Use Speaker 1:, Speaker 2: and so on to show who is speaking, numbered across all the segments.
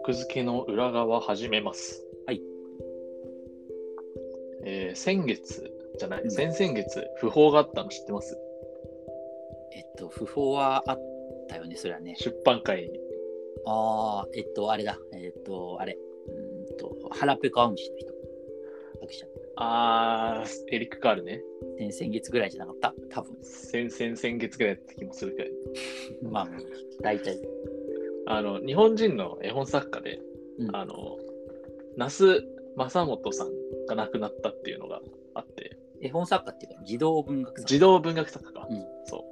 Speaker 1: 奥付けの裏側始めます。
Speaker 2: はい。
Speaker 1: えー先月じゃない、
Speaker 2: うん
Speaker 1: 先々月、不法があったの知ってます
Speaker 2: えっと、不法はあったよね、それはね。
Speaker 1: 出版会に。
Speaker 2: ああ、えっと、あれだ。えっと、あれ。うーんと、腹ペコアムシの人。作者。
Speaker 1: あー、エリック・カールね。
Speaker 2: 先々月ぐらいじゃなかった多分。
Speaker 1: 先々先月ぐらいだった気もするけど。
Speaker 2: まあ、大体。
Speaker 1: あの、日本人の絵本作家で、
Speaker 2: うん
Speaker 1: あの、那須正元さんが亡くなったっていうのがあって、
Speaker 2: 絵本作家っていうか、児童文学
Speaker 1: 児
Speaker 2: 作家。
Speaker 1: 童文学作家か。
Speaker 2: うん
Speaker 1: そ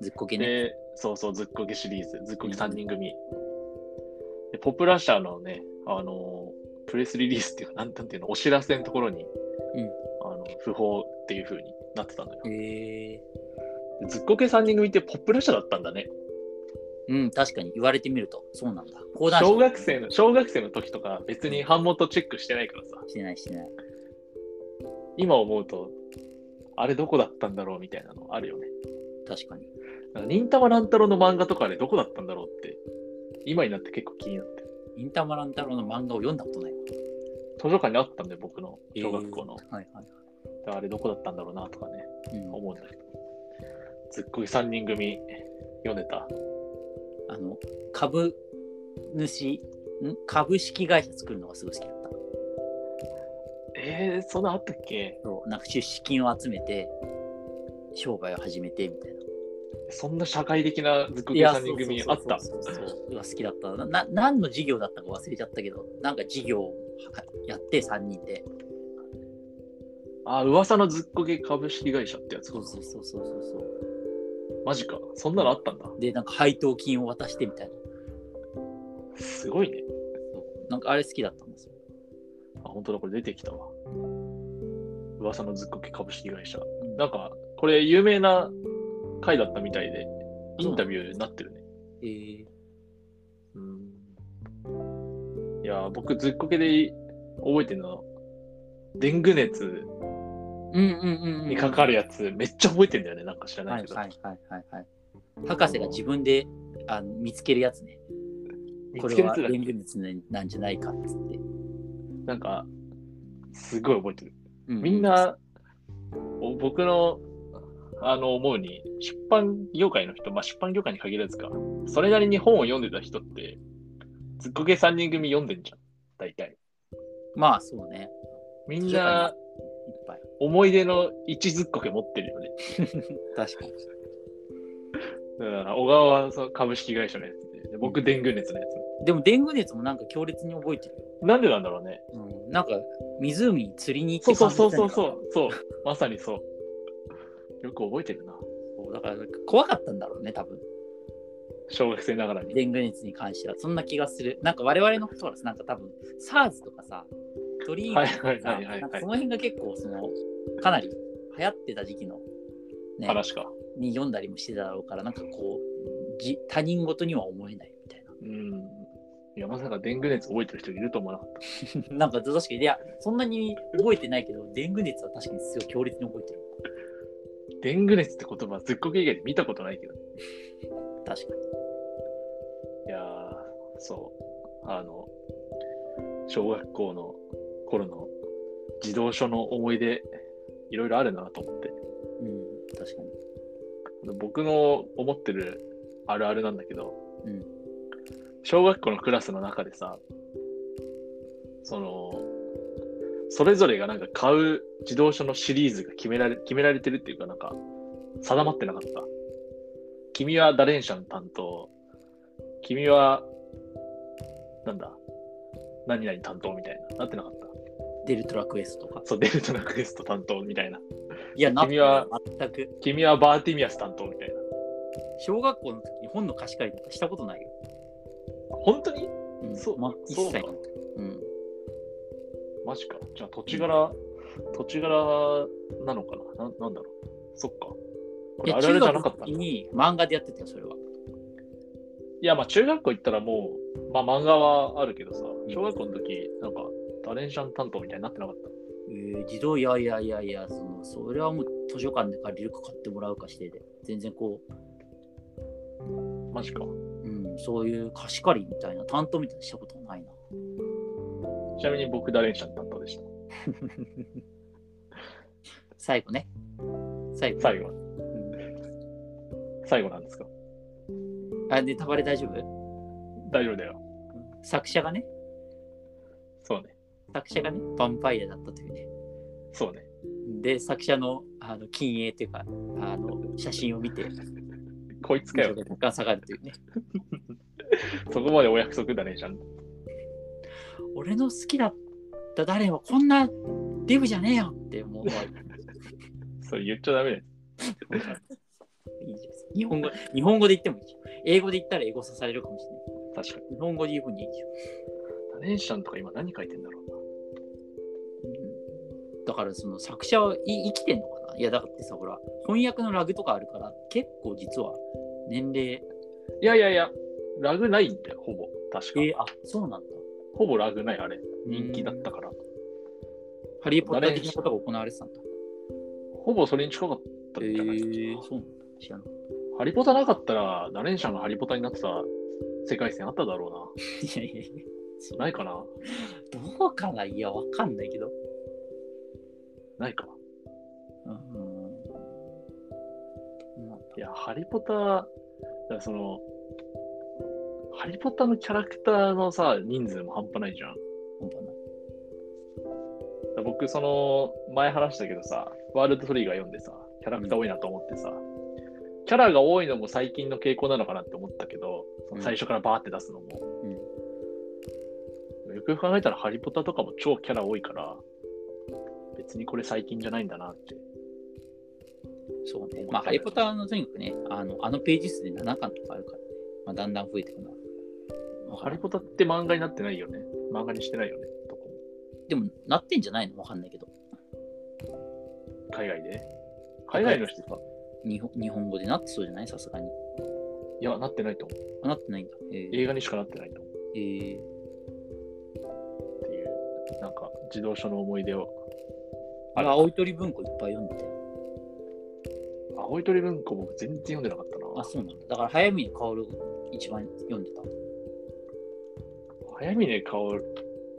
Speaker 1: う。
Speaker 2: ずっこけね。
Speaker 1: で、そうそう、ずっこけシリーズ、ずっこけ3人組。で、ポプラ社のね、あのー、プレスリリースっていうか、なんなんていうの、お知らせのところに、
Speaker 2: うん
Speaker 1: あの不法っていう風になってたのよ。
Speaker 2: へえ
Speaker 1: でずっこけ3人組ってポプラ社だったんだね。
Speaker 2: うん、確かに言われてみると、そうなんだ。講談社
Speaker 1: 小学生の、小学生の時とか、別に版元チェックしてないからさ、
Speaker 2: してないしてない。
Speaker 1: 今思うと、あれどこだったんだろうみたいなのあるよね。
Speaker 2: 確かに。
Speaker 1: なんか忍たま乱太郎の漫画とかあれどこだったんだろうって、今になって結構気になってる。
Speaker 2: 忍たま乱太郎の漫画を読んだことないわ。
Speaker 1: 図書館にあったんで、僕の小学校の。
Speaker 2: へーはいはい。
Speaker 1: あれどこだったんだろうなとかね、
Speaker 2: うん
Speaker 1: 思うんだけど。ずっこい3人組読んでた。
Speaker 2: あの株主ん株式会社作るのがすごい好きだった
Speaker 1: えー、そんなあったっけ
Speaker 2: そうなんか出資金を集めて商売を始めてみたいな
Speaker 1: そんな社会的なずっこ
Speaker 2: い
Speaker 1: い
Speaker 2: や
Speaker 1: 3人組あった。
Speaker 2: そうそうそうそううわ好きだったなな何の事業だったか忘れちゃったけどなんか事業をはやって3人で
Speaker 1: あ、噂のずっこけ株式会社ってやつ
Speaker 2: そうそうそうそうそうそ
Speaker 1: マジか。そんなのあったんだ。
Speaker 2: うでなんか配当金を渡してみたいな
Speaker 1: すごいね。
Speaker 2: そうなんかあれ好きだったんですよ
Speaker 1: あ、本当だ、これ出てきたわ。噂のずっこけ株式会社。
Speaker 2: うん
Speaker 1: なんか、これ有名な回だったみたいで、インタビューになってるね。
Speaker 2: えー
Speaker 1: うんいやー、僕、ずっこけで覚えてるのは、デング熱
Speaker 2: うんうんうんうん
Speaker 1: にかかるやつ、めっちゃ覚えてんだよね、なんか知らな
Speaker 2: はいい
Speaker 1: けど。
Speaker 2: はいはいはいはい博士が自分であの見つけるやつねこ
Speaker 1: 見つ
Speaker 2: れ
Speaker 1: けるや
Speaker 2: は
Speaker 1: つだ
Speaker 2: 電源熱なんじゃないかっつって。
Speaker 1: なんか、すごい覚えてる。
Speaker 2: う
Speaker 1: みん、な、お僕の、あの、思うに、出版業界の人、まあ、出版業界に限らずか、それなりに本を読んでた人って、ずっこけ3人組読んでんじゃん、大体。
Speaker 2: まあそうね。
Speaker 1: みん
Speaker 2: 図書
Speaker 1: な
Speaker 2: 館、にいっぱい。
Speaker 1: 思い出の一ずっこけ持ってるよね。
Speaker 2: 確かに。
Speaker 1: だから小川はその株式会社のやつで、で僕、デング熱のやつ。
Speaker 2: でもデング熱もなんか強烈に覚えてるよ。
Speaker 1: なんでなんだろうね。
Speaker 2: うん、なんか湖に釣りに行っ
Speaker 1: そ
Speaker 2: て
Speaker 1: うそうそうん
Speaker 2: 感じただか
Speaker 1: そ
Speaker 2: ら
Speaker 1: うそう、そう、まさにそう。よく覚えてるな、
Speaker 2: そうだから怖かったんだろうね、多分。
Speaker 1: 小学生ながらに。
Speaker 2: デング熱に関しては。そんな気がする。なんか我々のことはなんか多分 SARS とかさ、鳥インフルエンザとかさ、
Speaker 1: はいはいはいはいはい
Speaker 2: なんかその辺が結構その、かなり流行ってた時期の、ね、
Speaker 1: 話か。
Speaker 2: に読んだりもしてただろうから、なんかこう、じ他人事には思えないみたいな。
Speaker 1: うん。いや、まさかデング熱覚えてる人いると思わなかっ
Speaker 2: なん か確かに、いや、そんなに覚えてないけど、デング熱は確かにすごい強烈に覚えてる。
Speaker 1: た。デング熱って言葉、ずっこけ以外で見たことないけど。い
Speaker 2: 確かに。
Speaker 1: やー、そう。あの、小学校の頃の児童書の思い出、いろいろあるなと思って。
Speaker 2: うん、確かに。
Speaker 1: 僕の思ってるあるあるなんだけど、
Speaker 2: うん
Speaker 1: 小学校のクラスの中でさそのそれぞれがなんか買う自動車のシリーズが決められ決められてるっていうかなんか定まってなかった君はダレンシャの担当君はなんだ何々担当みたいななってなかった
Speaker 2: デルトラクエストとか。
Speaker 1: そうデルトナクエスト担当みたいない
Speaker 2: や、な
Speaker 1: 君は
Speaker 2: 全く。
Speaker 1: 君はバーティミアス担当みたいな
Speaker 2: 小学校の時に本の貸し借りとかしたことないよ。
Speaker 1: 本当に
Speaker 2: うん、
Speaker 1: そう
Speaker 2: まあ、一
Speaker 1: そう
Speaker 2: 切
Speaker 1: か
Speaker 2: ない。うん。
Speaker 1: マジか。じゃあ土地柄、土地柄なのかなななんだろう。そっか。こ
Speaker 2: い
Speaker 1: れ
Speaker 2: や、
Speaker 1: あるあ
Speaker 2: 中
Speaker 1: るじゃ
Speaker 2: 学
Speaker 1: なか
Speaker 2: の
Speaker 1: ったんだ
Speaker 2: 時に漫画でやってたよ、それは。
Speaker 1: いや、まあ中学校行ったらもう、まあ漫画はあるけどさ、小学校の時、なんか、ダレンシャン担当みたいになってなかった。
Speaker 2: えー、児童、いやいやいやいや、その、それはもう図書館で借りるか買ってもらうかしてで、全然こう、
Speaker 1: マジか。
Speaker 2: うん、そういう貸し借りみたいな、担当みたいなしたことはないな。
Speaker 1: ちなみに僕、ダレンシャン担当でした。
Speaker 2: 最後ね。最後。
Speaker 1: 最後。
Speaker 2: うん
Speaker 1: 最後なんですか
Speaker 2: あ、ネタバレ大丈夫
Speaker 1: 大丈夫だよ。
Speaker 2: 作者がね、
Speaker 1: そうね。
Speaker 2: 作者がね、ヴァンパイアだったというね。
Speaker 1: そうね。
Speaker 2: で、作者のあの禁煙というか、あの写真を見て、
Speaker 1: こいつかよ。
Speaker 2: が下がるというね。
Speaker 1: そこまでお約束、ダレンシャン。
Speaker 2: 俺の好きだった誰はこんなデブじゃねえよって思う。
Speaker 1: それ言っちゃダメだよ。
Speaker 2: いいじゃん日本 語日本語で言ってもいいじゃん。英語で言ったら英語さされるかもしれない。
Speaker 1: 確かに。
Speaker 2: 日本語で言う分にいいじゃん。
Speaker 1: ダレンシャンとか今何書いてんだろうな。
Speaker 2: うんだからその作者はい生きてんのかないやだってさほら翻訳のラグとかあるから結構実は年齢
Speaker 1: いやいやいや、ラグないんだよ、ほぼ。確か。
Speaker 2: えあそうなんだ
Speaker 1: ほぼラグない、あれ。人気だったから。
Speaker 2: ハリー・ポッター的なことが行われ てたんだ
Speaker 1: ほぼそれに近かった
Speaker 2: え
Speaker 1: んじゃないですか。
Speaker 2: ー、そうなんだ知らなかっ
Speaker 1: ハリポタなかったら、ダレンシャンがハリポタになってた世界線あっただろ
Speaker 2: たいやいやいや
Speaker 1: うな。ないかな
Speaker 2: どうかないやわかんないけど
Speaker 1: ないか。
Speaker 2: うん
Speaker 1: いや、ハリポタ、だからその、ハリポタのキャラクターのさ、人数も半端ないじゃん。だか
Speaker 2: 本当な
Speaker 1: ら僕、その、前話したけどさ、ワールドトリガー読んでさ、キャラクター多いなと思ってさ、キャラが多いのも最近の傾向なのかなって思ったけど、その最初からバーって出すのも。
Speaker 2: うん
Speaker 1: よくよく考えたら、ハリポタとかも超キャラ多いから、別にこれ最近じゃないんだなって。
Speaker 2: そうねまあハリー・ポッターのとにかくねあのあのページ数で7巻とかあるからね、まあ、だんだん増えてくるの
Speaker 1: ハリポタって漫画になってないよね。漫画にしてないよね。どこも
Speaker 2: でもなってんじゃないのわかんないけど
Speaker 1: 海外で。海外の人さ、
Speaker 2: 日本日本語でなってそうじゃないさすがに。
Speaker 1: いや、なってないと思う。
Speaker 2: あなってないんだ。えー
Speaker 1: 映画にしかなってないと思う。
Speaker 2: えー
Speaker 1: っていう、なんか、自動車の思い出を。
Speaker 2: あれ、青い鳥文庫いっぱい読んでて。
Speaker 1: 青い鳥文庫僕全然読んでなかった
Speaker 2: あ、
Speaker 1: な。
Speaker 2: そうなんだ。だから、早見薫一番読んでた。
Speaker 1: 早峰薫、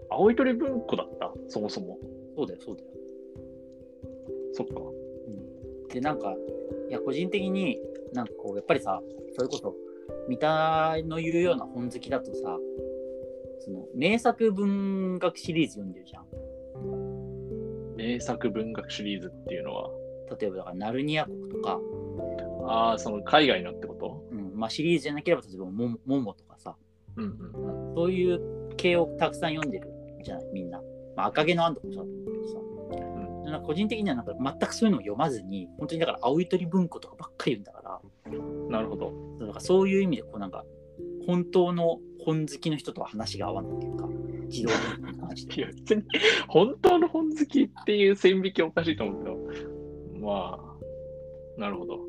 Speaker 1: 青い鳥文庫だった、そもそも。
Speaker 2: そうだよ、そうだよ。
Speaker 1: そっか。
Speaker 2: で、なんか、いや、個人的に、なんかこう、やっぱりさ、それこそ、三田の言うような本好きだとさ、その、名作文学シリーズ読んでるじゃん。
Speaker 1: 名作文学シリーズっていうのは、
Speaker 2: 例えば、だから、ナルニア国とか、
Speaker 1: ああ、その海外のってこと
Speaker 2: うん、まあ、シリーズじゃなければ、例えば、モモモとかさ、
Speaker 1: うんうんうん。
Speaker 2: そういう系をたくさん読んでるじゃない、みんな。まあ、赤毛のアンとかもそうだと思うけどさ。なんか個人的にはなんか全くそういうのを読まずに、本当にだから青い鳥文庫とかばっかり読んだから、
Speaker 1: なるほど。
Speaker 2: なんかそういう意味でこうなんか、本当の本好きの人とは話が合わないというか、自動文庫に関し
Speaker 1: い
Speaker 2: て。
Speaker 1: や、別に、本当の本好きっていう線引きおかしいと思うけど、まあ、なるほど。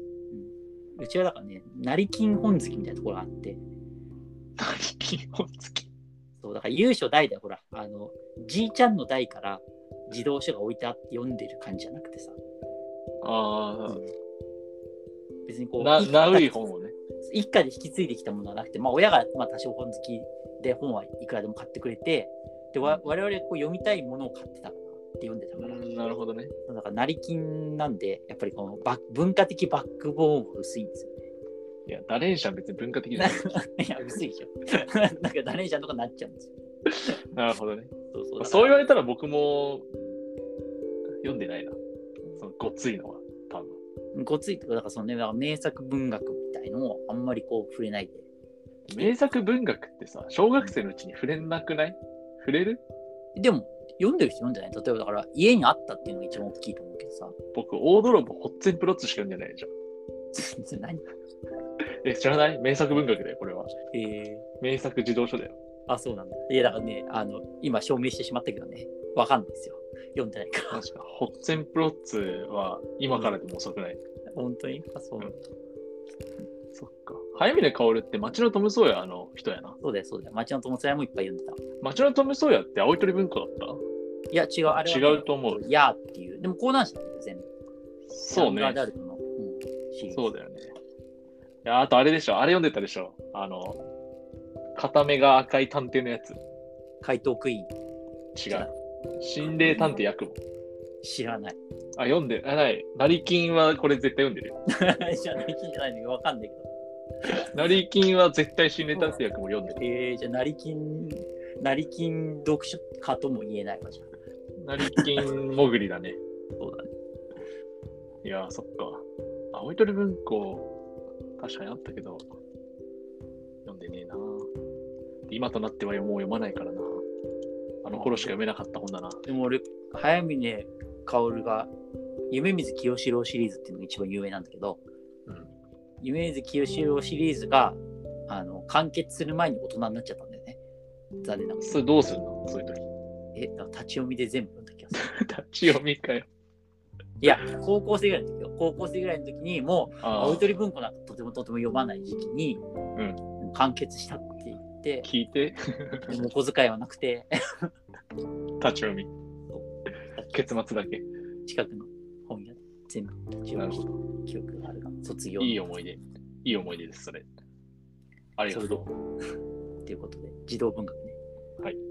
Speaker 2: うちはだからね、成金本好きみたいなところがあって、
Speaker 1: 何金本好き
Speaker 2: そうだから優勝代々ほら、あの、じいちゃんの代から児童書が置いてあって読んでる感じじゃなくてさ、
Speaker 1: あ
Speaker 2: 別にこ
Speaker 1: あ、
Speaker 2: う、
Speaker 1: な、
Speaker 2: 一家
Speaker 1: ナウい本をね。
Speaker 2: 一家で引き継いできたものはなくて、まあ、親がまあ多少本好きで本はいくらでも買ってくれてでわ我々はこう読みたいものを買ってたからって読んでた
Speaker 1: う
Speaker 2: から、
Speaker 1: ん、なるほどね。
Speaker 2: だから成金なんでやっぱりこのバッ文化的バックボーンも薄いんですよ
Speaker 1: いや、ダレンシャン別に文化的じゃない。
Speaker 2: ねいや薄いでしょ なんかダネージャーとかなっちゃうんですよ
Speaker 1: なるほどね。
Speaker 2: そうそう
Speaker 1: そう言わ
Speaker 2: う
Speaker 1: れたら僕も読んでないな。そのごっついのは、多分。
Speaker 2: ごついとかだからそのねだから名作文学みたいのをあんまりこう触れないで
Speaker 1: 名作文学ってさ、小学生のうちに触れなくない触れる
Speaker 2: でも読んでる人読んでない例えばだから家にあったっていうのが一番大きいと思うけどさ
Speaker 1: 僕、大泥棒、ホッツェンプロッツしか読んでないじゃん。
Speaker 2: それ何
Speaker 1: え、知らない名作文学だよ、これは。
Speaker 2: えー
Speaker 1: 名作児童書だよ。
Speaker 2: あ、そうなんだ。いや、だからね、あの、今証明してしまったけどね、わかんないですよ。読んでないから。
Speaker 1: 確か。ホッツェンプロッツは今からでも遅くない。
Speaker 2: 本当にあ、そうなんだ。
Speaker 1: そっか。早峰薫って町のトム・ソーヤの人やな。
Speaker 2: そうだよ、そうだよ。町の友達もいっぱい読んでた。
Speaker 1: 町のトム・ソーヤって青い鳥文庫だった
Speaker 2: いや、違う、あれはね、
Speaker 1: 違うと思う
Speaker 2: やーっていう。でも、講談師なんだよ、全部。
Speaker 1: そう
Speaker 2: ジャ
Speaker 1: ね
Speaker 2: ンガーで。あるの。うん。シリーズ
Speaker 1: そうだよね。や、あとあれでしょ、あれ読んでたでしょ。あの、片目が赤い探偵のやつ。
Speaker 2: 怪盗クイー
Speaker 1: 違
Speaker 2: ン
Speaker 1: う。心霊探偵役も。
Speaker 2: 知らない。
Speaker 1: あ、読んで、あ、ない。成金はこれ絶対読んでるよ。
Speaker 2: 知らない金じゃないのかわかんないけど。
Speaker 1: 成金は絶対心霊探偵役も読んでる。
Speaker 2: えー、じゃあ、成金、成金読書家とも言えないわじゃん。
Speaker 1: 成金潜りだね。
Speaker 2: そうだね。
Speaker 1: いやー、そっか。青い鳥文庫、確かにあったけど、読んでねえな。今となってはもう読まないからな。あの頃しか読めなかった本だな。
Speaker 2: でも俺、早峰薫が、夢水清志郎シリーズっていうのが一番有名なんだけど、
Speaker 1: うん
Speaker 2: 夢水清志郎シリーズが、あの、完結する前に大人になっちゃったんだよね。残念ながら。
Speaker 1: それどうするのそういう時。
Speaker 2: え、だから立ち読みで全部読んだ気がする。
Speaker 1: 立ち読みかよ。
Speaker 2: いや、高校生ぐらいの時よ。高校生ぐらいの時に、もう、
Speaker 1: あ
Speaker 2: 青
Speaker 1: あ、
Speaker 2: い鳥文庫なんかとてもとても読まない時期に、完結したって言って、
Speaker 1: 聞い て、
Speaker 2: でもお小遣いはなくて、
Speaker 1: 立ち読み。結末だけ。
Speaker 2: 近くの本屋で全部立ち
Speaker 1: な
Speaker 2: 読
Speaker 1: る
Speaker 2: みし
Speaker 1: ほど。
Speaker 2: た記憶があるな。卒業。
Speaker 1: いい思い出。いい思い出です、それ。ありがとう。
Speaker 2: ということで、児童文学ね。
Speaker 1: はい。